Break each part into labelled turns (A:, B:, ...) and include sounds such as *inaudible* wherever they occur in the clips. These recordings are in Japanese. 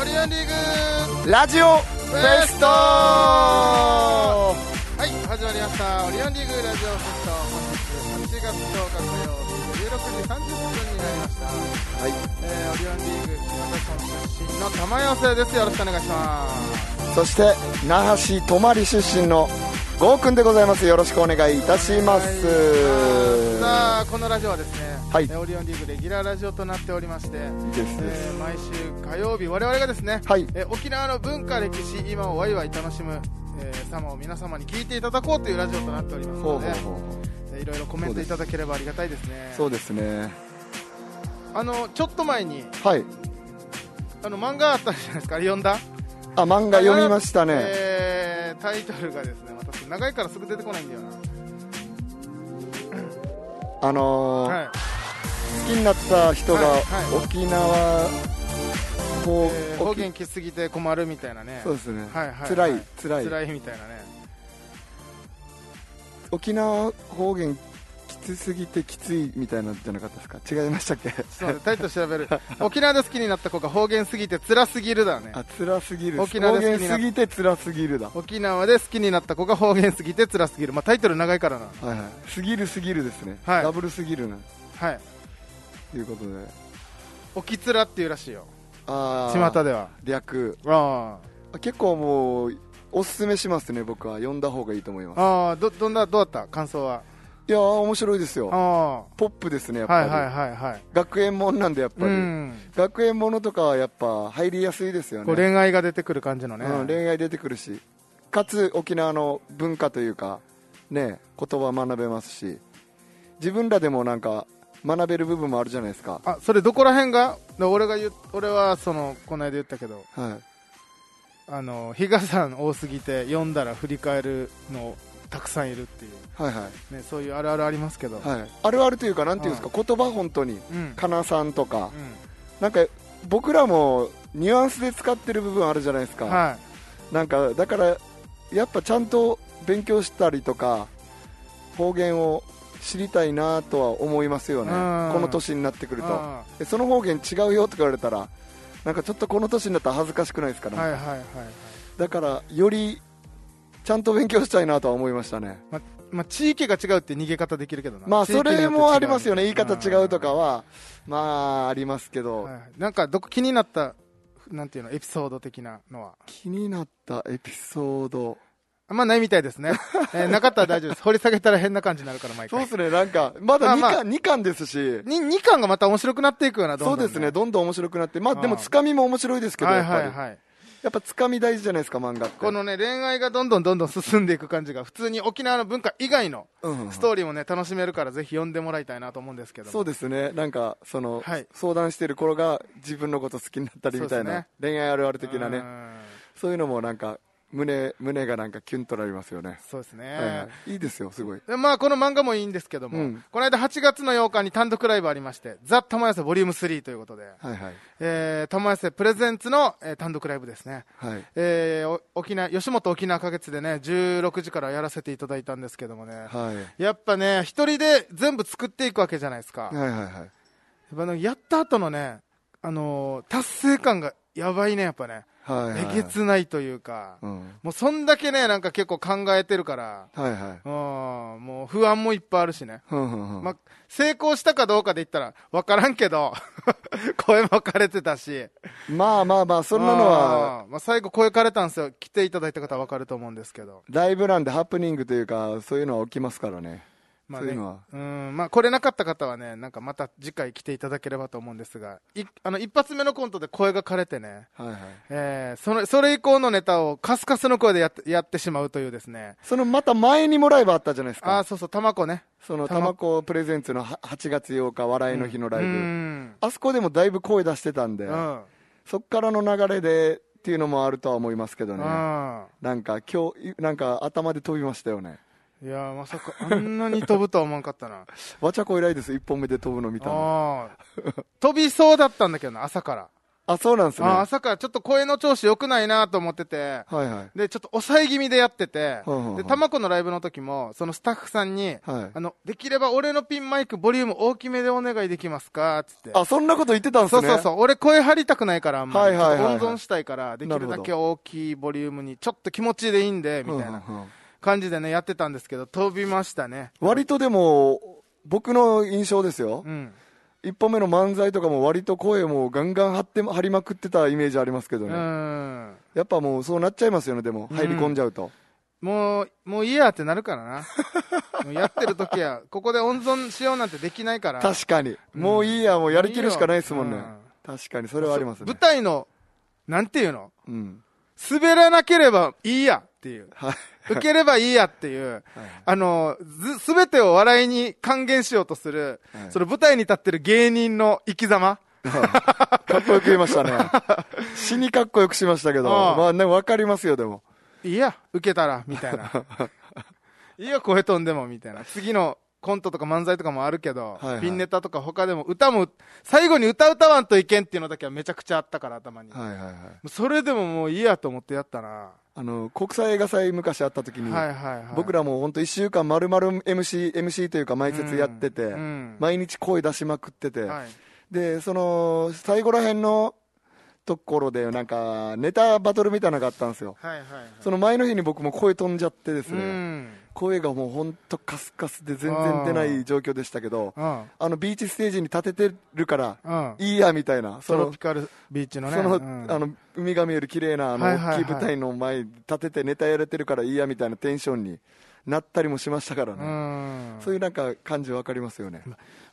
A: オリオンリーグ
B: ラジオベスト
A: はい始まりましたオリオンリーグラジオフェスト本日8月10日火曜日16時30分になりました、
B: はい、
A: えー、オリオンリーグマラソン出身の玉寄せですよろしくお願いします
B: そして那覇市泊出身のゴーくんでございますよろしくお願いいたします
A: はいさあこのラジオはですね、
B: はい
A: えーオリオンリーグレギュラーラジオとなっておりまして
B: ですで
A: え
B: す
A: ー毎週火曜日我々がですね、
B: はい
A: えー沖縄の文化歴史今をワイワイ楽しむ、えー様を皆様に聞いていただこうというラジオとなっております
B: ほう
A: の
B: ほ
A: で
B: うほうほ
A: えーいろいろコメントいただければありがたいですね
B: うそうですね
A: あのちょっと前に
B: はい
A: あの漫画あったじゃないですかあれ読んだ
B: あ漫画読みましたね、
A: えータイトルがですね私長いからすぐ出てこないんだよな
B: あのー
A: はい
B: 好きになった人が
A: はいは
B: 沖縄こ
A: えー
B: う、
A: 方
B: 沖
A: 言きすぎて困るみたいなね
B: そうですね、
A: はいはいはい
B: 辛い辛い
A: 辛いみたいなね
B: 沖縄方言きつすぎてきついみたいなんじゃなかったですか違いましたっ
A: *laughs*
B: け
A: ちょっと待ってタイトル調べる *laughs* 沖縄で好きになった子が方言すぎて辛すぎるだね
B: あ辛すぎる
A: 沖縄
B: 方
A: で好
B: 言
A: きになっ
B: すぎて辛すぎるだ
A: 沖縄で好きになった子が方言すぎて辛すぎる、まあ、タイトル長いからな
B: はいはいすぎるすぎるですね、
A: はい
B: ダブルすぎるな
A: はい
B: ということで
A: 沖つらっていうらしいよ
B: ああ
A: 巷では
B: 略
A: あ
B: あ結構もうおすすめしますね僕は読んだ方がいいと思い
A: あ
B: ます
A: ああどどんなどうだった感想はい
B: やー面白いですよ
A: あ
B: ポップですねや
A: あ
B: っぱ
A: は
B: り、
A: いはいはいはい
B: 学園もんなんでやっぱり、
A: うん
B: 学園ものとかはやっぱ入りやすいですよね
A: こう恋愛が出てくる感じのね、
B: うん、恋愛出てくるしかつ沖縄の文化というかね言葉学べますし自分らでもなんか学べる部分もあるじゃないですか、
A: あそれどこら辺がで俺が言う俺はそのこの間言ったけど
B: は
A: あの日賀さん多すぎて読んだら振り返るのたくさんいるってい
B: い、はいは
A: う、ね、そういうあるあるありますけど、
B: いはいあるあるというかなんていうんですか言葉本当に
A: うん
B: かなさんとか
A: う
B: なんか僕らもニュアンスで使ってる部分あるじゃないですか、
A: ん、はい
B: なんかだからやっぱちゃんと勉強したりとか方言を知りたいなとは思いますよね
A: うん
B: この年になってくると
A: うん
B: えその方言違うよとか言われたらなんかちょっとこの年になったら恥ずかしくないですかね、
A: はいはいはいはい、
B: だからよりちゃんと勉強したいなとは思いましたね
A: ままあ、地域が違うって逃げ方できるけどな
B: まあ
A: 地域
B: そ
A: によって違
B: れ
A: う
B: もありますよね言い方
A: うん
B: 違うとかはまあありますけど、
A: はいはいなんかどこ気になったなんていうのエピソード的なのは
B: 気になったエピソード
A: あんまないみたい
B: *laughs*
A: ですね、えーなかったら大丈夫です掘り下げたら変な感じになるから毎
B: そう
A: 回
B: ですねなんかまだ2巻,、
A: まあまあ
B: 2巻ですし
A: に2巻がまた面白くなっていくよなどんど、
B: そうん
A: ね、
B: ですねどんどん面白くなってまあ
A: うん
B: でもつかみも面白いですけど
A: は
B: や
A: い
B: っぱり、
A: はいはい
B: やっぱつかみ大事じゃないですか漫画って
A: このね恋愛がどんどんどんどん進んでいく感じが普通に沖縄の文化以外の
B: うん
A: ストーリーもね楽しめるからぜひ読んでもらいたいなと思うんですけども
B: そうですねなんかその、
A: はい
B: 相談してる頃が自分のこと好きになったりみたい
A: そ
B: な、
A: うですね
B: 恋愛あるある的なね
A: うん
B: そういうのもなんか胸胸がなんかキュンとなりますよね、
A: そうですね、
B: はいはい、いいですよすごい
A: でまあこの漫画もいいんですけども、
B: うん
A: この間8月の8日に単独ライブありまして「ザ・玉寄せボリューム3ということで、
B: はいはい
A: えー、玉寄せプレゼンツの、えー単独ライブですね、
B: はい
A: えーお沖縄吉本沖縄花月でね16時からやらせていただいたんですけどもね、
B: はい
A: やっぱね一人で全部作っていくわけじゃないですか、やっ
B: はいはいはい
A: ぱあのやった後のね、あのー達成感がやばいねやっぱね、
B: はいはい
A: えげつないというか、
B: うん
A: もうそんだけねなんか結構考えてるから
B: はいはい
A: うんもう不安もいっぱいあるしね
B: ふんふんふん
A: まあ、成功したかどうかで言ったら分からんけど *laughs* 声も枯れてたし
B: まあまあまあそんなのは
A: あーまあ、最後声枯れたんですよ来ていただいた方は分かると思うんですけど、
B: ライブなんでハプニングというかそういうのは起きますからね
A: まあ
B: そう
A: ね
B: いうのは
A: うんまあ、来れなかった方はねなんかまた次回来ていただければと思うんですがいあの一発目のコントで声が枯れてね、
B: はいはい
A: えーそれそれ以降のネタをカスカスの声でやってやってしまうというですね
B: そのまた前にもライブあったじゃないです
A: ああ
B: か
A: ーそうそう玉子ね
B: その
A: たま
B: たまこプレゼンツのは8月8日笑いの日のライブ、
A: うん
B: あそこでもだいぶ声出してたんで、
A: うん
B: そっからの流れでっていうのもあるとは思いますけど
A: う
B: ね、
A: ん
B: なんか今日いなんか頭で飛びましたよね
A: いやーまさかあんなに飛ぶとは思わんかったな
B: *laughs* わちゃこ以来です1本目で飛ぶの見たの
A: ああー飛びそうだったんだけどな朝から
B: あそうなんですね
A: あ
B: は
A: 朝からちょっと声の調子良くないなと思ってて、
B: いはい
A: で、ちょっと抑え気味でやってて
B: ほうほうほ、う
A: で、タマコのライブの時も、そのスタッフさんに、
B: はい
A: あの、できれば俺のピンマイクボリューム大きめでお願いできますかつって。
B: あそんなこと言ってたんです
A: そう
B: ね
A: そうそう。俺声張りたくないから、あんまり。
B: はいはいはいはい
A: ちょっと温存したいから、できる
B: な
A: だ
B: るほ
A: け大きいボリュームに、ちょっと気持ちでいいんで、みたいな
B: うんうんうん
A: 感じでね、やってたんですけど、飛びましたね。
B: 割とでも僕の印象ですよ、
A: うん。
B: 一本目の漫才とかも割と声もガンガン張って張りまくってたイメージありますけど
A: う
B: ね、
A: ん。
B: やっぱもうそうなっちゃいますよねでも
A: うん
B: 入り込んじゃうと、
A: もう、もういいやってなるから
B: *laughs*
A: な。もうやってる時は、ここで温存しようなんてできないから。
B: 確かに、
A: うん
B: もういいやもうやりきるしかないですもんね、
A: いいよ
B: 確かにそれはありますね
A: 舞台の、なんていうの
B: うん
A: 滑らなければいいやっていう。
B: はい
A: 受ければいいやっていう、あの、ず、すべてを笑いに還元しようとする、
B: はい
A: その舞台に立ってる芸人の生き様。
B: かっこよく言いました
A: *laughs*
B: ね死にかっこよくしましたけど
A: ああ
B: まあね分かりますよでも
A: いいや、受けたら、みたい
B: *laughs*
A: な。いいや、声飛んでも、みたいな。次のコントとか漫才とかもあるけど、
B: はいはい
A: ピンネタとか他でも歌も、最後に歌歌わんといけんっていうのだけはめちゃくちゃあったから、頭に。も
B: はいはいはいう
A: それでももういいやと思ってやったな。
B: あの国際映画祭昔あった時に、
A: はいはいはい。
B: 僕らも本当1週間丸々 MC, MC というか毎節やってて、
A: うん
B: 毎日声出しまくってて、
A: はい
B: でその最後らへんのところでなんかネタバトルみたいなのがあったんですよ
A: はいはいはい。
B: その前の日に僕も声飛んじゃってです
A: う
B: ね、
A: ん。
B: 声がもうほんとカスカスで全然出ない状況でしたけど
A: うん。
B: あのビーチステージに立ててるから
A: うん。
B: いいやみたいなそ
A: トロ
B: の
A: ピカルビーチのね。
B: その,、
A: うん
B: あの海が見える綺麗なあの
A: はいはいはい
B: 大きい舞台の前に立ててネタやれてるからいいやみたいなテンションになったりもしましたから
A: う
B: ね、
A: ん。
B: そういうなんか感じ分かりますよね、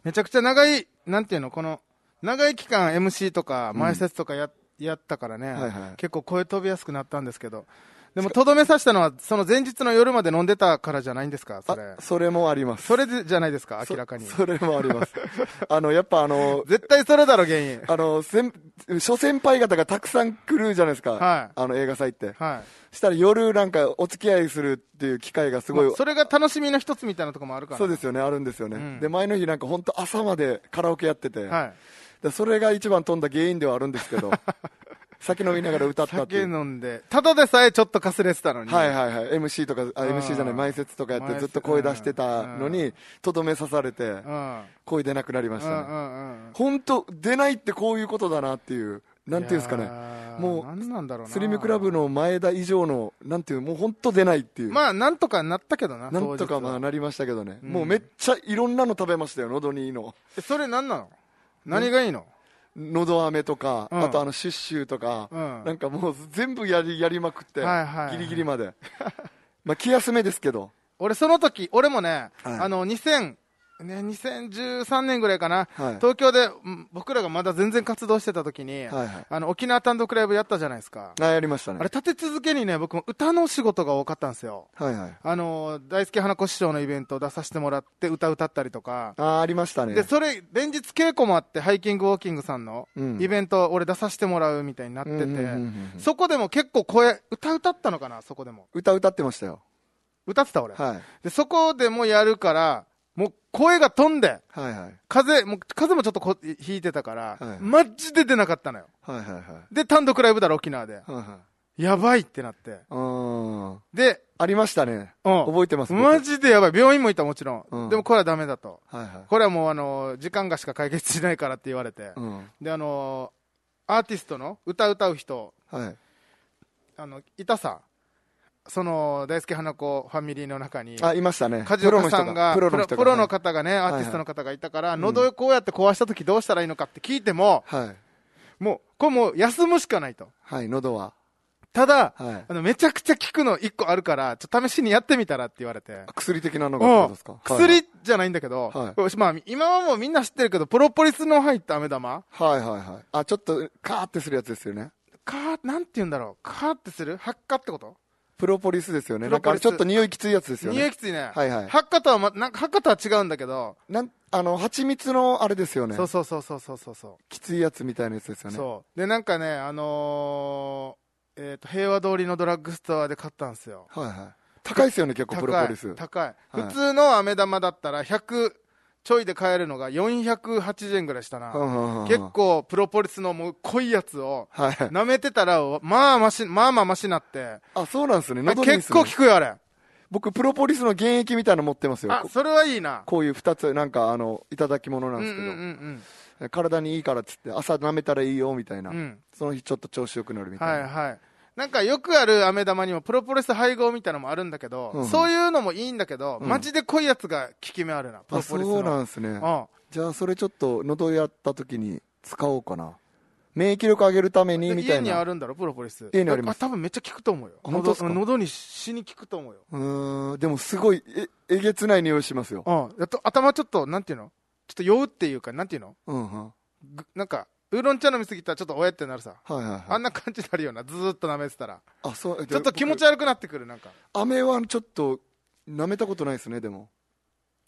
A: めちゃくちゃ長い、なんていうの、この、長い期間 MC とか、前説とかや,、やったからね、
B: はいはい
A: 結構声飛びやすくなったんですけど、でも、とどめさせたのは、その前日の夜まで飲んでたからじゃないんですか、それ
B: あ。それもあります
A: それでじゃないですか、明らかに。
B: そそれもあります *laughs* あのやっぱあの
A: *laughs* 絶対それだろ、原因。
B: あの先諸先輩方がたくさん来るじゃないですか、
A: はい
B: あの映画祭って、
A: はい。
B: したら夜なんかお付き合いするっていう機会がすごい、
A: まあそれが楽しみの一つみたいなところもあるから。
B: そうですよねあるんですよね、
A: うん
B: で前の日なんか本当朝までカラオケやってて、
A: はい。
B: でそれが一番飛んだ原因ではあるんで
A: *laughs*
B: すけど酒飲みながら歌ったってい
A: 酒
B: う
A: 飲んで、ただでさえちょっとかすれてたのに。
B: はいはいはい MC とかあ
A: うん
B: MC じゃない前説とかやって
A: 前
B: ず
A: 説
B: っと声出してたの
A: う
B: にとどめ刺されて
A: うん。
B: 声出なくなりま
A: う
B: し
A: ん
B: たね
A: うんうん。
B: 本当出ないってこういうことだなっていうなんていうんですかね
A: ね
B: もう
A: なんなんだろうな。
B: スリムクラブの前田以上のなんていうもう本当出ないっていう
A: まあ、なんとかなったけどな、
B: なんとか
A: 当日
B: まあ
A: は
B: なりましたけどね
A: うん
B: もうめっちゃいろんなの食べましたよ喉にいいの
A: えそれなんなの何がいいの
B: 喉飴とか
A: うん
B: あとあのシュッシューとか
A: うん
B: なんかもう全部やりやりまくって
A: はいはいはい
B: ギリギリまで *laughs* まあ気休めですけど
A: 俺、その時、俺もね、
B: はい
A: あの、2000、ね、2013年ぐらいかな、
B: はい
A: 東京で、うん僕らがまだ全然活動してた時に、
B: はいはい
A: あの、沖縄単独ライブやったじゃないですか。
B: あやりましたね
A: あれ、立て続けにね、僕も歌の仕事が多かったんですよ。
B: はいはい
A: あの、大輔花子師匠のイベント出させてもらって、歌歌ったりとか、
B: あーありましたね
A: で、それ、連日稽古もあって、ハイキングウォーキングさんの
B: うん
A: イベント、俺出させてもらうみたいになって
B: うんうんうんうんう
A: て、
B: ん
A: そこでも結構声、歌歌ったのかな、そこでも。
B: 歌歌ってましたよ
A: 歌ってた俺、
B: はい
A: でそこでもやるからもう声が飛んで
B: はいはい
A: 風もう風もちょっとこ引いてたから、
B: はい
A: マジで出なかったのよ
B: はいはいはいはい
A: で単独ライブだろ沖縄で
B: はい
A: やばいってなって
B: うーん
A: で
B: ありましたね
A: うん
B: 覚えてます僕
A: マジでやばい病院も行ったもちろん、
B: うん
A: でもこれはダメだと
B: はいはい
A: これはもうあの時間がしか解決しないからって言われて、
B: うん
A: であのアーティストの歌歌う人
B: はい
A: あのいたさその大輔花子ファミリーの中に
B: あいましたね
A: 梶岡さんが
B: プ
A: プ
B: ロ
A: ロ
B: の人が
A: プロの
B: 方
A: 方がね、ア
B: い
A: ーティストの方がいたから、喉をこうやって壊した時どうしたらいいのかって聞いても、
B: はい
A: もう、これもう休むしかないと。
B: はい喉は
A: ただ、
B: はい
A: あの、めちゃくちゃ効くの1個あるから、ちょっと試しにやってみたらって言われて。
B: 薬的なのがってこ
A: う
B: と
A: ん
B: ですか
A: 薬じゃないんだけど、
B: は
A: まあ、今はもうみんな知ってるけど、プロポリスの入った飴玉
B: はいはいはいはいあちょっとカーってするやつですよね
A: かー、なんて言うんだろう。かーってする発火ってこと
B: プロポリスですよね
A: プ
B: な
A: ロ
B: んか
A: ポ
B: あ
A: リ
B: れ
A: ス
B: ちょっと匂いきついやつですよ
A: 匂
B: ね
A: いきついね。
B: はいはい
A: 発火とは、ま、なんか発火とは違うんだけど、
B: なんあの蜂蜜のあれですよね
A: そうそうそうそうそうそうそう。
B: きついやつみたいなやつですよね
A: そうでなんかねあのーえー、と平和通りのドラッグストアで買ったんですよ
B: はいはい高いですよね結構
A: 高い
B: プロポリス
A: 高い、
B: はい
A: 普通の飴玉だったら100ちょいで買えるのが480円ぐらいしたな、結
B: 結
A: 構プロポリスのもう濃いやつを
B: はい
A: 舐めてたらまあましまあまあましなって
B: あそうなんですね喉にいいっ
A: 結
B: すね
A: 構効くよあれ
B: 僕プロポリスの原液みたいなの持ってますよ
A: あ
B: こ
A: それはいいな
B: こういう2つなんかあのいただき物な
A: うんんう
B: で
A: ん
B: すけど、
A: うん
B: 体にいいからっつって朝舐めたらいいよみたいな、
A: うんうん
B: その日ちょっと調子よくなるみたい
A: はい
B: な、
A: はいなんかよくある飴玉にもプロポリス配合みたいなのもあるんだけど、
B: うん
A: そういうのもいいんだけど、
B: うん
A: マジで濃いやつが効き目あるなプロ
B: あ
A: ポリスの
B: そうなんですね
A: うん
B: じゃあそれちょっと喉やった時に使おうかな免疫力上げるために
A: で
B: みたい
A: 家にあ
B: な
A: るんだろプロポリス
B: 家にあります
A: 多分めっちゃ効くと思うよ
B: あ本当ですか
A: 喉喉に死に効くと思うよ
B: うーんでもすごいええげつない匂いしますよ、
A: うんやっと頭ちょっとなんていうのちょっと酔うっていうかなんていうの
B: うんうん、
A: ぐなんかウーロン茶飲みすぎたらちょっとおやってなるさ
B: はいはいはい
A: あんな感じになるようなずーっと舐めてたら
B: あそう
A: ちょっと気持ち悪くなってくるなんか
B: 飴はちょっと舐めたことないですねでも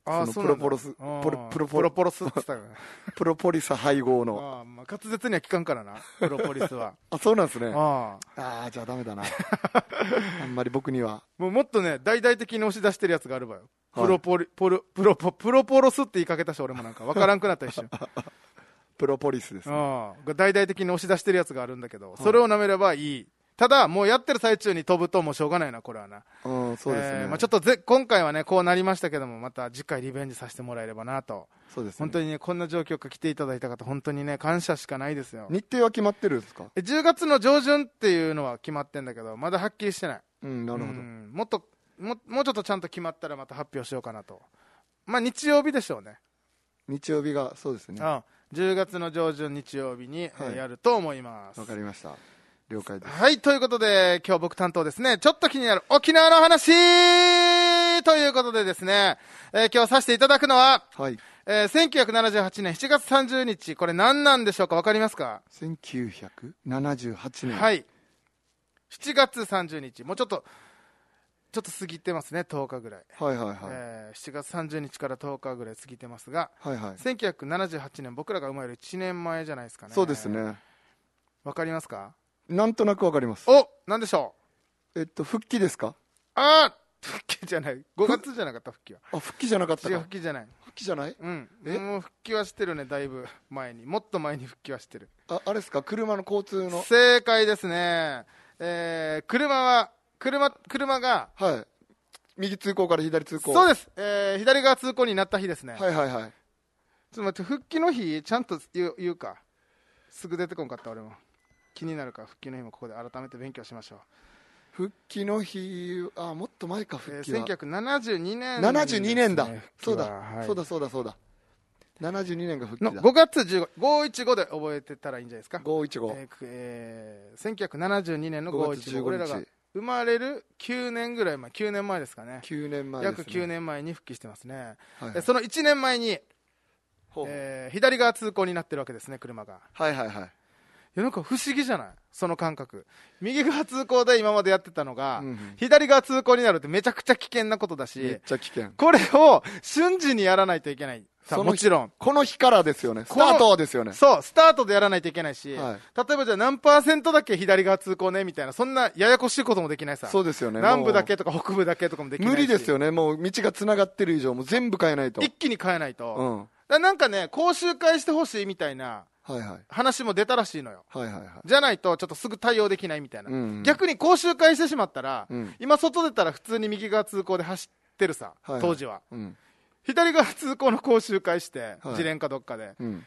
A: ああ
B: そ
A: そ
B: の
A: う
B: プ
A: なんだ
B: ロポロス
A: うん
B: ポロプロポ
A: プ
B: ロ
A: ロポロスって言ってたから
B: プロポリス *laughs* 配合の
A: ああまあ滑舌には効かんから
B: *laughs*
A: なプロポリスは
B: あそうなんですね
A: ああ
B: ああじゃあダメだなあんまり僕には
A: もうもっとね大々的に押し出してるやつがあるわよ
B: はい
A: プロポリポルプロポプロポロスって言いかけたし俺もなんかわからんくなった一瞬
B: *laughs* プロポリスです、
A: ああ大々的に押し出してるやつがあるんだけどそれを舐めればいいただもうやってる最中に飛ぶともうしょうがないなこれはな
B: うんそうですね、
A: えーまあ、ちょっとぜ今回はねこうなりましたけどもまた次回リベンジさせてもらえればなと
B: そうですね
A: 本当にねこんな状況から来ていただいた方本当にね感謝しかないですよ
B: 日程は決まってるんですか
A: え10月の上旬っていうのは決まってんだけどまだはっきりしてない
B: うんなるほど、
A: うんもっとももうちょっとちゃんと決まったらまた発表しようかなとまあ日曜日でしょうね、
B: 日曜日がそうです
A: う
B: ね
A: ん、
B: わ
A: 10月の上旬日曜日に、え
B: はい
A: ーやると思います
B: かりました了解です
A: はい、ということで、今日僕担当ですね、ちょっと気になる沖縄の話ということでですね、えー今日させていただくのは、
B: はい
A: えー1978年7月30日、これ何なんでしょうかわかりますか、
B: 1978年
A: はい。7月30日、もうちょっと、ちょっと過ぎてますね、10日ぐらい。
B: はいはいはい、
A: えー7月30日から10日ぐらい過ぎてますが、
B: はいはい
A: 1978年、僕らが生まれる1年前じゃないですかね。
B: そうです。ね
A: わかりますか
B: なんとなくわかります
A: お何でしょう
B: えっと復帰ですか
A: ああ復帰じゃない。5月じゃなかった、復帰
B: *laughs*
A: は。
B: あ復帰じゃなかった
A: 違う
B: か
A: 復帰じゃない
B: 復帰じゃない
A: うん
B: え
A: もう復帰はしてるねだいぶ前にもっと前に復帰はしてる
B: ああれですか車の交通の
A: 正解ですねえー、車は車車が
B: はい右通行から左通行
A: そう
B: で
A: です、えー、左側通行になった日ですね、
B: はいはいは
A: ちょ
B: い
A: っと待って復帰の日ちゃんと言う言うかすぐ出てこんかった俺も気になるから復帰の日もここで改めて勉強しましょう、
B: 復帰の日あもっと前か
A: え
B: 復帰
A: ー、
B: は、
A: 1972年、
B: 72年だ、
A: ですね復帰
B: そう
A: は
B: だ、
A: はい
B: そうだそうだそうだ72年が復
A: の
B: 帰だ
A: 5月155で覚えてたらいいんじゃないですか
B: 515、
A: えーくえー1972年の
B: 5月
A: 515
B: 15
A: 俺らが
B: 日
A: 生まれる9年ぐらい前9年前ですかね
B: 9年前です、ね、
A: 約9年前に復帰してますね、
B: はい
A: えその1年前に、
B: ほう
A: えー左側通行になってるわけですね車が
B: はいはいはい
A: いやなんか不思議じゃないその感覚右側通行で今までやってたのが、
B: うんうん
A: 左側通行になるってめちゃくちゃ危険なことだ
B: めっ
A: し
B: ちゃ危険
A: これを瞬時にやらないといけないさ
B: その
A: もちろん
B: この日からですよねスタートですよね
A: そう、スタートでやらないといけないし、
B: は
A: 例えばじゃあ何パーセントだけ左側通行ねみたいな、そんなややこしいこともできないさ。
B: そうですよね
A: 南
B: も
A: 部
B: う
A: だけとか北部だけとかもできないし。
B: 無理です。よねもう道がつながってる以上もう全部変えないと
A: 一気に変えないと。だ
B: う
A: か
B: んは
A: らなんかね、講習会してほしいみたいない
B: はいはい
A: 話も出たらしいのよ。
B: はいはい
A: じゃないと、ちょっとすぐ対応できないみたいな。
B: うんうん
A: 逆に講習会してしまったら、
B: うん
A: 今外出たら普通に右側通行で走ってるさ、
B: はいはい
A: 当時は。
B: うん
A: 左側通行の講習会して、
B: はい
A: 自連かどっかで。
B: うん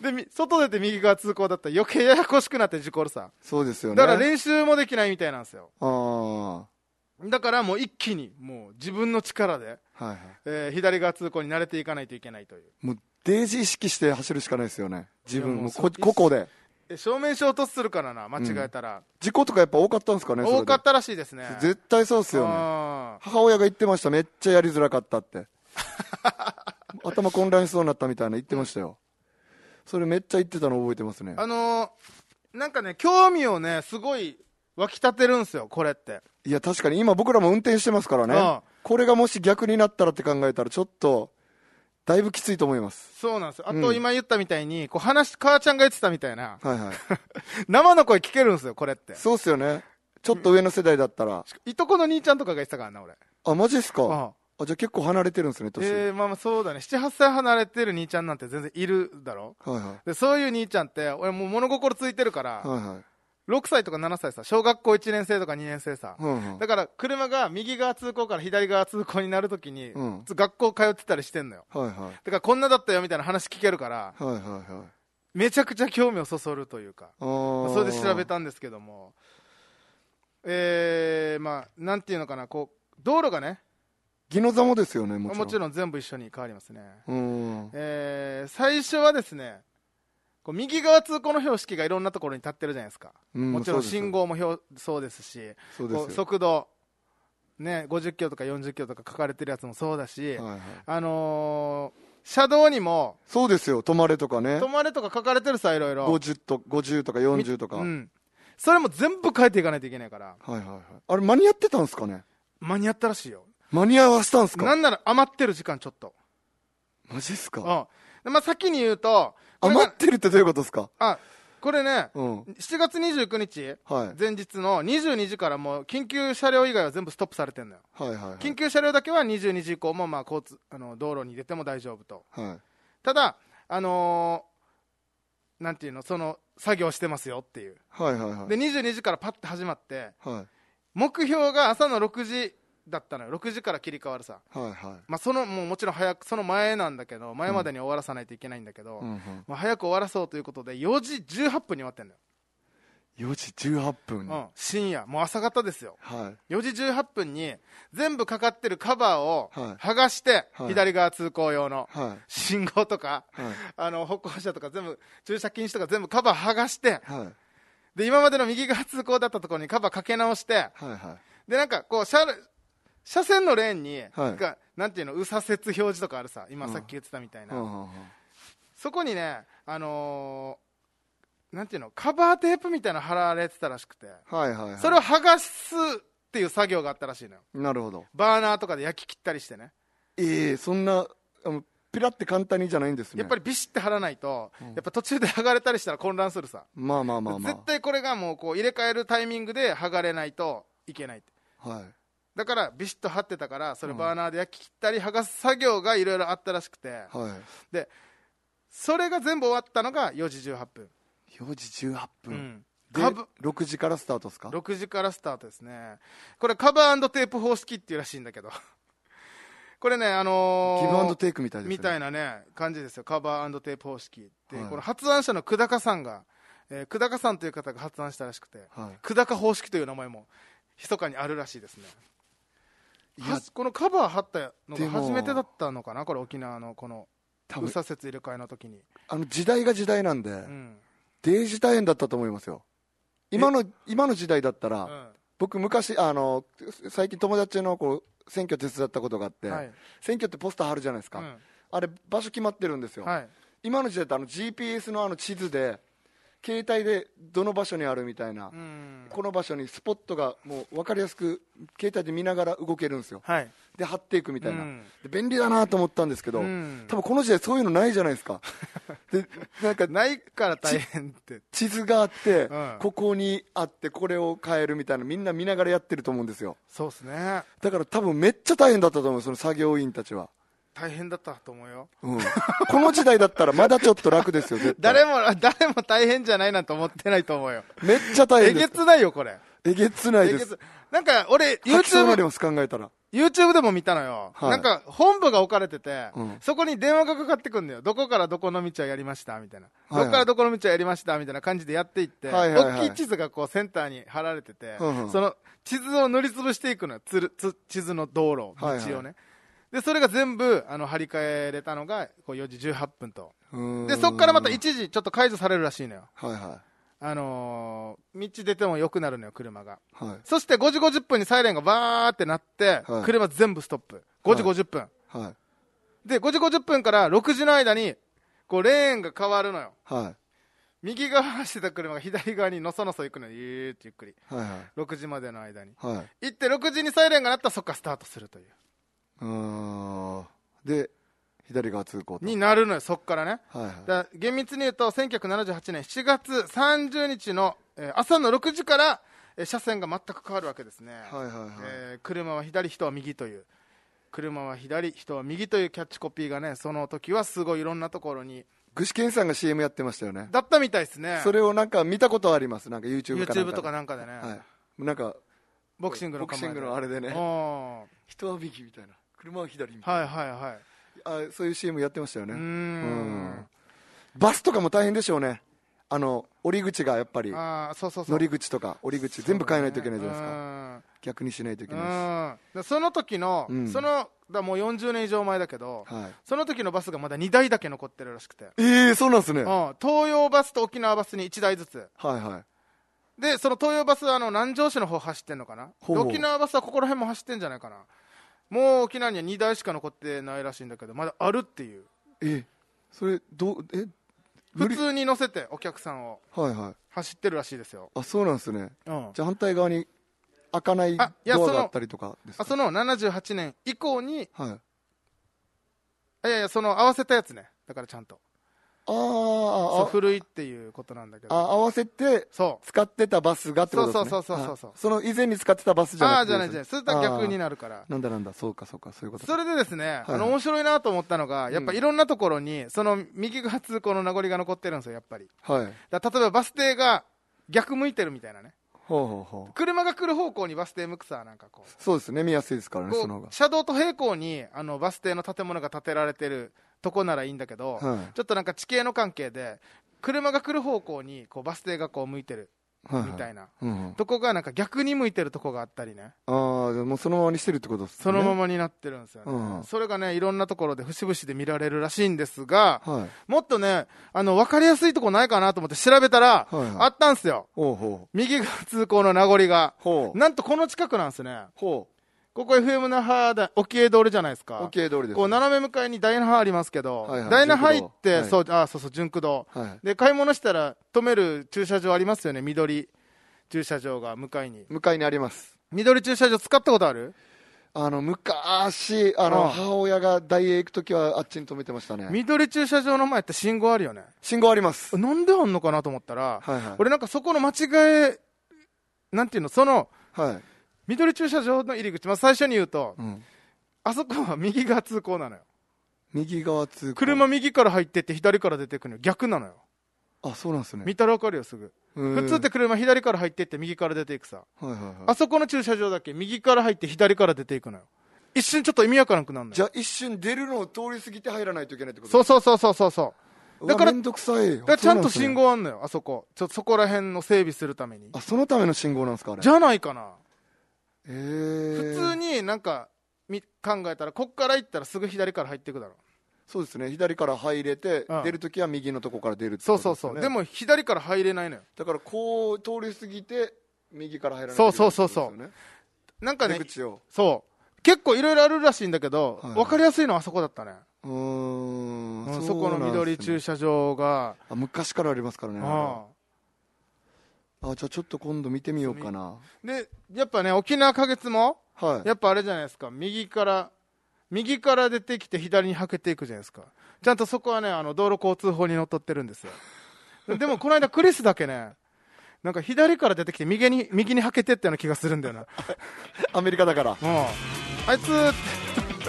A: で、み外出て右側通行だったら余計ややこしくなって事故るさ。
B: そうですよね
A: だから練習もできないみたいなんですよ。
B: ああは
A: だからもう一気に、もう自分の力で、
B: いはい
A: えー左側通行に慣れていかないといけないという。
B: もうデージ意識して走るしかないですよね自分
A: いやもう
B: もう
A: そう
B: こここで
A: え正面衝突するからな、間違えたら。
B: 事故とかやっぱ多かったんですかねそれで
A: 多かったらしいですね。
B: 絶対そうっすよね
A: あ
B: 母親が言ってましためっちゃやりづらかったって *laughs* 頭混乱しそうになったみたいな言ってましたよそれめっちゃ言ってたの覚えてますね
A: ーあのーなんかね、興味をね、すごい湧き立てるんですよ、これって。
B: いや確かに今僕らも運転してますから
A: ああ
B: ねこれがもし逆になったらって考えたらちょっとだいぶきついと思います
A: そうなんですよ。あ
B: う
A: と
B: ん
A: 今言ったみたいに、こう話、母ちゃんが言ってたみたいな、
B: はいはい
A: *laughs* 生の声聞けるんですよ、これって。
B: そうっすよねちょっと上の世代だったら
A: いとこの兄ちゃんとかが言ってたからな、俺。
B: あマジっすか
A: あ
B: あじゃあ結構離れてるんですね年、
A: えー、まあまあそうだね78歳離れてる兄ちゃんなんて全然いるだろ
B: はいは
A: でそういう兄ちゃんって俺もう物心ついてるから、
B: いはいはい
A: 6歳とか7歳さ小学校1年生とか2年生さ、
B: うんうん
A: だから車が右側通行から左側通行になるときに、
B: うん
A: 学校通ってたりしてんのよ
B: はいはい
A: だからこんなだったよみたいな話聞けるから
B: はいはいはい
A: めちゃくちゃ興味をそそるというか
B: あー
A: それで調べたんですけどもえー、まあなんていうのかなこう道路がね
B: ギノザモですよねも
A: も
B: ち
A: ち
B: ろん
A: ろん全部一緒に変わりますね、
B: うん
A: えー最初はですねこう右側通行の標識がいろんなところに立ってるじゃないですか、
B: うん
A: もちろん
B: そうですよ
A: 信号も表そうですし
B: そうです
A: こう
B: よ
A: 速度、ね、50キロとか40キロとか書かれてるやつもそうだし、
B: はいはい
A: あのー車道にも
B: そうですよ止まれとかね
A: 止まれとか書かれてるさいろいろ
B: 50と50とか40とか、
A: うん、それも全部変えていかないといけないから
B: はいはいはいあれ間に合ってたんですかね
A: 間に合ったらしいよ
B: 間に合わせたんです
A: な
B: か
A: んなら余ってる時間ちょっと、
B: マジっす
A: うん
B: か
A: でまあ、先に言うとこれが
B: 余ってるってどういうことですか
A: あこれね
B: うん
A: 7月29日
B: はい
A: 前日の22時からもう緊急車両以外は全部ストップされてるのよ
B: はいはいはい
A: 緊急車両だけは22時以降もまあ交通あの道路に出ても大丈夫と
B: はい
A: ただあのーなんていうのその作業してますよっていう
B: はいはいはい
A: で22時からパッて始まって
B: はい
A: 目標が朝の6時だったのよ6時から切り替わるさ
B: はいは
A: まあそのもうもちろん早くその前なんだけど前までに終わらさないといけないんだけど、
B: い、うんうん、
A: まあ、早く終わらそうということで4時18分に終わってんだよ、
B: 4時18分に、
A: うん、深夜もう朝方ですよ
B: はい
A: 4時18分に全部かかってるカバーを
B: はい
A: 剥がして、
B: はい
A: 左側通行用の
B: はい
A: 信号とか、
B: はい
A: あの歩行者とか全部駐車禁止とか全部カバー剥がして
B: はい
A: で今までの右側通行だったところにカバーかけ直して
B: はいはい
A: でなんかこう車車線のレーンに、
B: はい
A: なんかなんていうの右左折表示とかあるさ今さっき言ってたみたいな、
B: うんうんうん
A: そこにねあのーなんていうのカバーテープみたいなの貼られてたらしくて、
B: はいはいはい
A: それを剥がすっていう作業があったらしいのよ
B: なるほど
A: バーナーとかで焼き切ったりしてね
B: ええそんなあのピラって簡単にじゃないんですね
A: やっぱ
B: り
A: りビシッて貼らないと、やっぱ途中で剥がれたりしたら混乱するさ、
B: まあまあまあまあ
A: 絶対これがもうこう入れ替えるタイミングで剥がれないといけないって
B: はい
A: だからビシッと貼ってたからそれバーナーで焼き切ったり剥がす作業がいろいろあったらしくて、
B: は
A: それが全部終わったのが4時18分、
B: い4時18
A: う
B: 分、
A: ん、
B: で
A: カブ
B: 6時からスタートですか
A: 6時からスタートですねこれカバーテープ方式っていうらしいんだけど *laughs* これねあのー
B: ギブアンドテイクみたいですね
A: みたいなね感じですよカバーテープ方式って、
B: はい
A: この発案者の久高さんが、えー久高さんという方が発案したらしくて
B: はい
A: 久高方式という名前も密かにあるらしいですね
B: いや
A: はこのカバー貼ったの
B: で
A: が
B: も
A: 初めてだったのかなこれ沖縄のこの
B: 多
A: 右
B: 分
A: 左折入れ替えの時に、
B: あの時代が時代なんで、
A: うん
B: デージ大変だったと思いますよ今の今の時代だったら、
A: うん
B: 僕昔あの最近友達のこう選挙手伝ったことがあって、
A: はい
B: 選挙ってポスター貼るじゃないですか、
A: う
B: あれ場所決まってるんですよ、
A: んはい
B: 今の時代ってあの GPS のあの地図で携帯でどの場所にあるみたいな、
A: うん
B: この場所にスポットがもう分かりやすく携帯で見ながら動けるんですよ
A: はい
B: で貼っていくみたいな、
A: うん
B: で便利だなと思ったんですけど、
A: うん
B: 多分この時代そういうのないじゃないですかでなんか
A: *laughs* ないから大変って
B: 地図があって、
A: うん
B: ここにあってこれを変えるみたいなみんな見ながらやってると思うんですよ
A: そうですね
B: だから多分めっちゃ大変だったと思うその作業員たちは、
A: 大変だったと思うよ *laughs*
B: うんこの時代だったらまだちょっと楽ですよ絶対
A: 誰も *laughs* 誰も大変じゃないなんて思ってないと思うよ
B: めっちゃ大
A: え
B: 変で
A: げ
B: す
A: つないよこれ
B: えげつない
A: えげ
B: です
A: つなんか俺
B: 吐きそうになり
A: YouTube,
B: ます考えたら
A: YouTube でも見たのよ、
B: はい
A: なんか本部が置かれてて、
B: うん
A: そこに電話がかかってくんだよどこからどこの道をやりましたみたいな、
B: はいはい
A: どこからどこの道をやりましたみたいな感じでやっていって、
B: はいはいはい
A: 大きい地図がこうセンターに貼られてて、
B: うんうん
A: その地図を塗りつぶしていくのよつるつ地図の道路道をね、
B: はいは
A: でそれが全部あの張り替えれたのがこう4時18分と
B: で
A: でそこからまた一時ちょっと解除されるらしいのよ
B: はいは
A: あのー道出ても良くなるのよ、車が。
B: いはい
A: そして5時50分にサイレンがバーってなって、
B: はい
A: 車全部ストップ。5時50分。
B: はい
A: で、5時50分から6時の間に、こう、レーンが変わるのよ。
B: はい
A: 右側走ってた車が左側にのそのそ行くのよ、ゆーってゆっくり。
B: はい
A: 6時までの間に。
B: はいはい
A: 行って6時にサイレンが鳴ったらそっからスタートするという。
B: うーんで左側通行と
A: になるのよ、そっからね。
B: はいは
A: だ
B: い
A: から厳密に言うと、1978年7月30日の、えー朝の6時から、えー車線が全く変わるわけですね。
B: はいはいはい
A: えー車は左、人は右という車は左人は右というキャッチコピーがねその時はすごいいろんなところに
B: 具志堅さんが CM やってましたよね
A: だったみたいですね
B: それをなんか見たことありますなんか YouTube かなんか
A: YouTube とかなんかでね、
B: はいなんか
A: ボクシングの
B: ボク
A: 構
B: シングのあれで
A: え
B: ね
A: でおー
B: 人は右みたいな車は左みたいな、
A: はいはいはい
B: あそういう CM やってましたよね
A: うー
B: うん
A: ん
B: バスとかも大変でしょうねあの折り口がやっぱり
A: ああそうそうそう
B: 乗り口とか折り口全部変えないといけないじゃないですか、
A: か
B: 逆にしないといけ
A: うん
B: ない
A: でその時の、
B: うん
A: そのだもう40年以上前だけど、
B: し、はい、
A: その時のバスがまだ2台だけ残ってるらしくて、
B: ええそうなんですね
A: う
B: はい
A: ん、東洋バスと沖縄バスに1台ずつ
B: はい
A: でその東洋バスはあの南城市の方走ってんのかな
B: ほう
A: で沖縄バスはここら辺も走ってんじゃないかなもう沖縄には2台しか残ってないらしいんだけどまだあるっていう
B: えそれどうえ乗
A: 普
B: り
A: 通に乗せてお客さんを
B: はいはい
A: 走ってるらしいですよ、
B: あそうなんですね
A: うん、
B: じゃあ反対側に開かないド
A: あいや
B: ア
A: そ
B: が
A: の
B: あったりとかです
A: あ
B: か
A: その78年以降に
B: はいあ
A: あいやいやその合わせたやつねだからちゃんと
B: あ
A: そう
B: あ
A: 古いっていうことなんだけ
B: あ
A: ど
B: 合わせて
A: そ
B: 使ってたバスがってことですね
A: そうそうそうそうそう
B: あその以前に使ってたバス
A: う
B: じゃ
A: ああー
B: なく
A: じ
B: て
A: ゃないじゃないそれとは逆になるから
B: なんだなんだそうかそうかそういうことか
A: それでですね、
B: い
A: あの面白いなと思ったのが、やっぱ
B: うん
A: いろんなところに、その右側通行の名残が残ってるんですよ、やっぱり。
B: はい
A: だから例えばバス停が逆向いてるみたいなね、
B: ほうほうほう
A: 車が来る方向にバス停向くさ、なんかこう、
B: そうですね見やすいですからね
A: こ
B: そうの方
A: 車道と平行にあのバス停の建物が建てられてるとこならいいんだけど、
B: がはい
A: ちょっとなんか地形の関係で、車が来る方向にこうバス停がこう向いてる
B: は
A: みたい
B: な
A: な、
B: うんうん
A: とこがなんか逆に向いてるとこがあったりね、
B: ああでもうそのままにしてるってことですね
A: そのままになってるんですよね。
B: うん
A: それがね、いろんなところで節々で見られるらしいんですが、
B: はい
A: もっとね、あの、わかりやすいとこないかなと思って調べたら、
B: はいはい
A: あったんすよ。
B: ほうほ
A: 右側通行の名残が。
B: うほう
A: なんとこの近くなんですね。
B: ほ
A: ここ FM 那覇だ、沖江通りじゃないです
B: う
A: か。
B: OK 通りです
A: こう斜め向かいに大那覇ありますけど、
B: はいはい
A: 大那覇行って、
B: 順
A: そう、あ、そうそう、純駆堂。
B: はい
A: で、買い物したら止める駐車場ありますよね、緑駐車場が向かいに。
B: 向かいにあります
A: 緑駐車場使ったことある
B: あの昔あ
A: う
B: の
A: ん
B: 母親がダイエー行く時はあっちに止めてましたね
A: 緑駐車場の前って信号あるよね。
B: 信号あります
A: なんであんのかなと思ったら、
B: はいはい
A: 俺なんかそこの間違え、なんていうの、その、
B: はい
A: 緑駐車場の入り口、まず最初に言うと、
B: うん
A: あそこは右側通行なのよ。
B: 右側通行
A: 車右から入ってって左から出てくのよ。逆なのよ。
B: あそうなんですね
A: 見たらわかるよ、すぐ。
B: 普
A: 普通って車左から入ってって右から出ていくさ。
B: はいはいはい
A: あそこの駐車場だけ右から入って左から出ていくのよ。一瞬ちょっと意味わからなくなるの
B: じ
A: よ。
B: ゃあ一瞬出るのを通り過ぎて入らないといけないってこと
A: そうそうそうそうそうそう。
B: う
A: だ
B: だ
A: か
B: かららめんどくさい
A: だからちゃんと
B: そ
A: 信
B: うなですね
A: 号あんのよ、あそこ。ちょっとそこら辺の整備するために。
B: あそのための信号なんですかあれ
A: じ
B: ゃ
A: ゃないかな。
B: え
A: 普
B: ー、
A: 通になんかみ考えたら、こっから行ったらすぐ左から入っていくだろ。
B: そうですね左から入れて、
A: うん
B: 出るときは右のとこから出るって
A: そう
B: こ
A: そ
B: と
A: う
B: すよ
A: そう。
B: ね
A: でも左から入れないのよ。
B: だからこう通り過ぎて右から入らない
A: そうそうそうそう
B: といけないって
A: なん
B: こ
A: か
B: と
A: ね
B: です、よね
A: そう。結構いろいろあるらしいんだけど、
B: はい
A: 分かりやすいのはあそこだったね。
B: 出口をう
A: う
B: ーん
A: んそこの緑
B: 中
A: 駐車場が。
B: あ昔からありますからねあ
A: う
B: じゃあちょっと今度見てみようかな
A: うんで、やっぱね、沖縄花月も、
B: はい
A: やっぱあれじゃないですか、右から、右から出てきて左にはけていくじゃないですか。ちゃんとそこはね、あの、道路交通法にのっとってるんですよ。 *laughs* でも、この間クリスだけね、なんか左から出てきて右に、右にはけてったような気がするんだよな。
B: アメリカだから
A: うん、あいつ *laughs*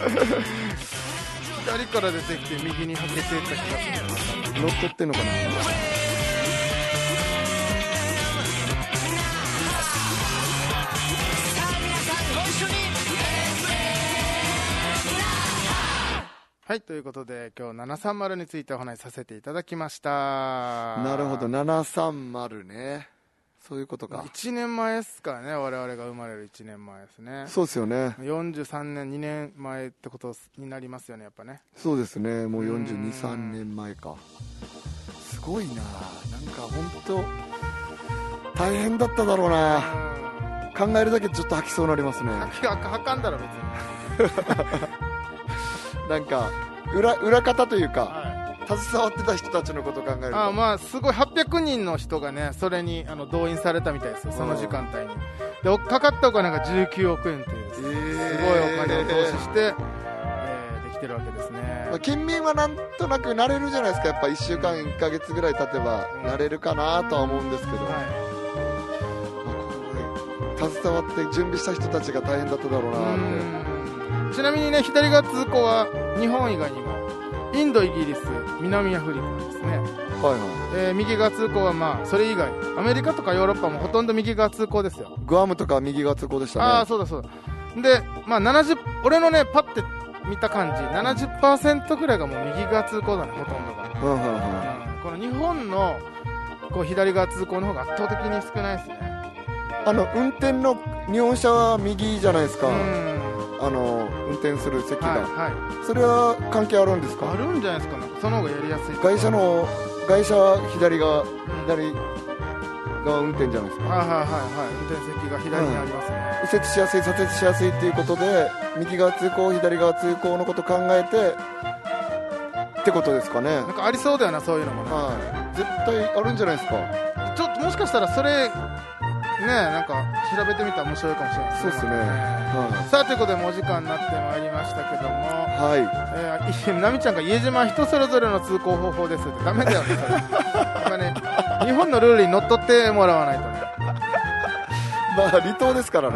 A: 左から出てきて右にはけていった気がする
B: 乗っ取ってんのかな
A: はいということで今日730についてお話しさせていただきました
B: なるほど730ねそういうことか
A: 1年前ですからね我々が生まれる1年前ですね
B: そうですよね
A: 43年2年前ってことになりますよねやっぱね
B: そうですねもう
A: うーん
B: 423年前かすごいななんか本当大変だっただろうな考えるだけでちょっと吐きそうになりますね
A: はかはかんだろ別に、
B: なんか裏裏方というか
A: は
B: 携わってた人たちのことを考える
A: い、
B: と
A: あまあすごい800人の人がねそれにあの動員されたみたいですよその時間帯にでおかかったお金が19億円というですね
B: すごい
A: すごいお金を投資して、えーできてるわけですね、
B: まあ、県民はなんとなく慣れるじゃないですかやっぱ1週間1ヶ月ぐらい経てば
A: うん
B: 慣れるかなとは思うんですけど、ま
A: は
B: あここで携わって準備した人たちが大変だっただろう
A: い、
B: なって
A: うちなみにね左側通行は日本以外にもインドイギリス南アフリカですね、
B: はいは
A: えー右側通行はまあそれ以外アメリカとかヨーロッパもほとんど右側通行ですよ
B: いグアムとか右が通行でしたね
A: ああそうだそうだでまあ70俺のねパッて見た感じ70%ぐらいがもう右側通行だねほとんどが
B: うんうんうん
A: この日本のこう左側通行の方が圧倒的に少ないですね。
B: あの運転の日本車は右じゃないですか、
A: うん、
B: あの運転する席が、
A: はいは
B: それは関係あるんです
A: い。あ
B: か
A: るんじゃないですかなんかその方がやりやすいとか。
B: 外車の外車は左が
A: うん
B: 左が運転じゃないです
A: はい
B: か
A: はいはいはい。運転席が左にありますね。
B: 右折しやすい左折しやすいっていうことで右側通行左側通行のこと考えてってことですかね
A: なんかありそうだよなそういうのもね。
B: はい絶対あるんじゃないですか
A: ちょっともしかしたらそれねなんか調べてみたら面白いかもしれない
B: そうっすねは
A: さあということでもうお時間になってまいりましたけども。
B: はい *laughs*
A: えー、いナミちゃんが家島は人それぞれの通行方法ですってダメだよねそれやっぱね日本のルールにのっとってもらわないとね
B: まあ離島ですからね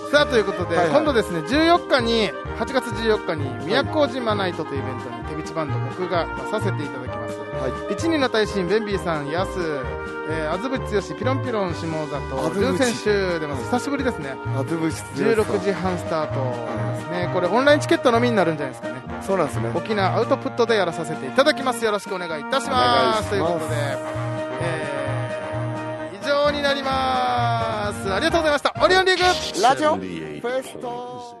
A: うんさあということで、
B: はいはい
A: 今度ですね14日に8月14日に宮古島ナイトというイベントに手びちバンド僕が出させていただきます
B: はい
A: 一人の大臣ベンビーさんヤス、えー、あずぶちよしピロンピロン下
B: あ
A: 里
B: ずぶ
A: 龍
B: ち
A: 選手でます久しぶりですね
B: あずぶし
A: 16時半スタートですねこれオンラインチケットのみになるんじゃないですかね
B: そうなんですね
A: 沖縄アウトプットでやらさせていただきますよろしくお願いいたしますと
B: お願いし
A: いうこと
B: ます
A: で、えー以上になりますありがとうございましたオリオンリーグ
B: ラジオフェスト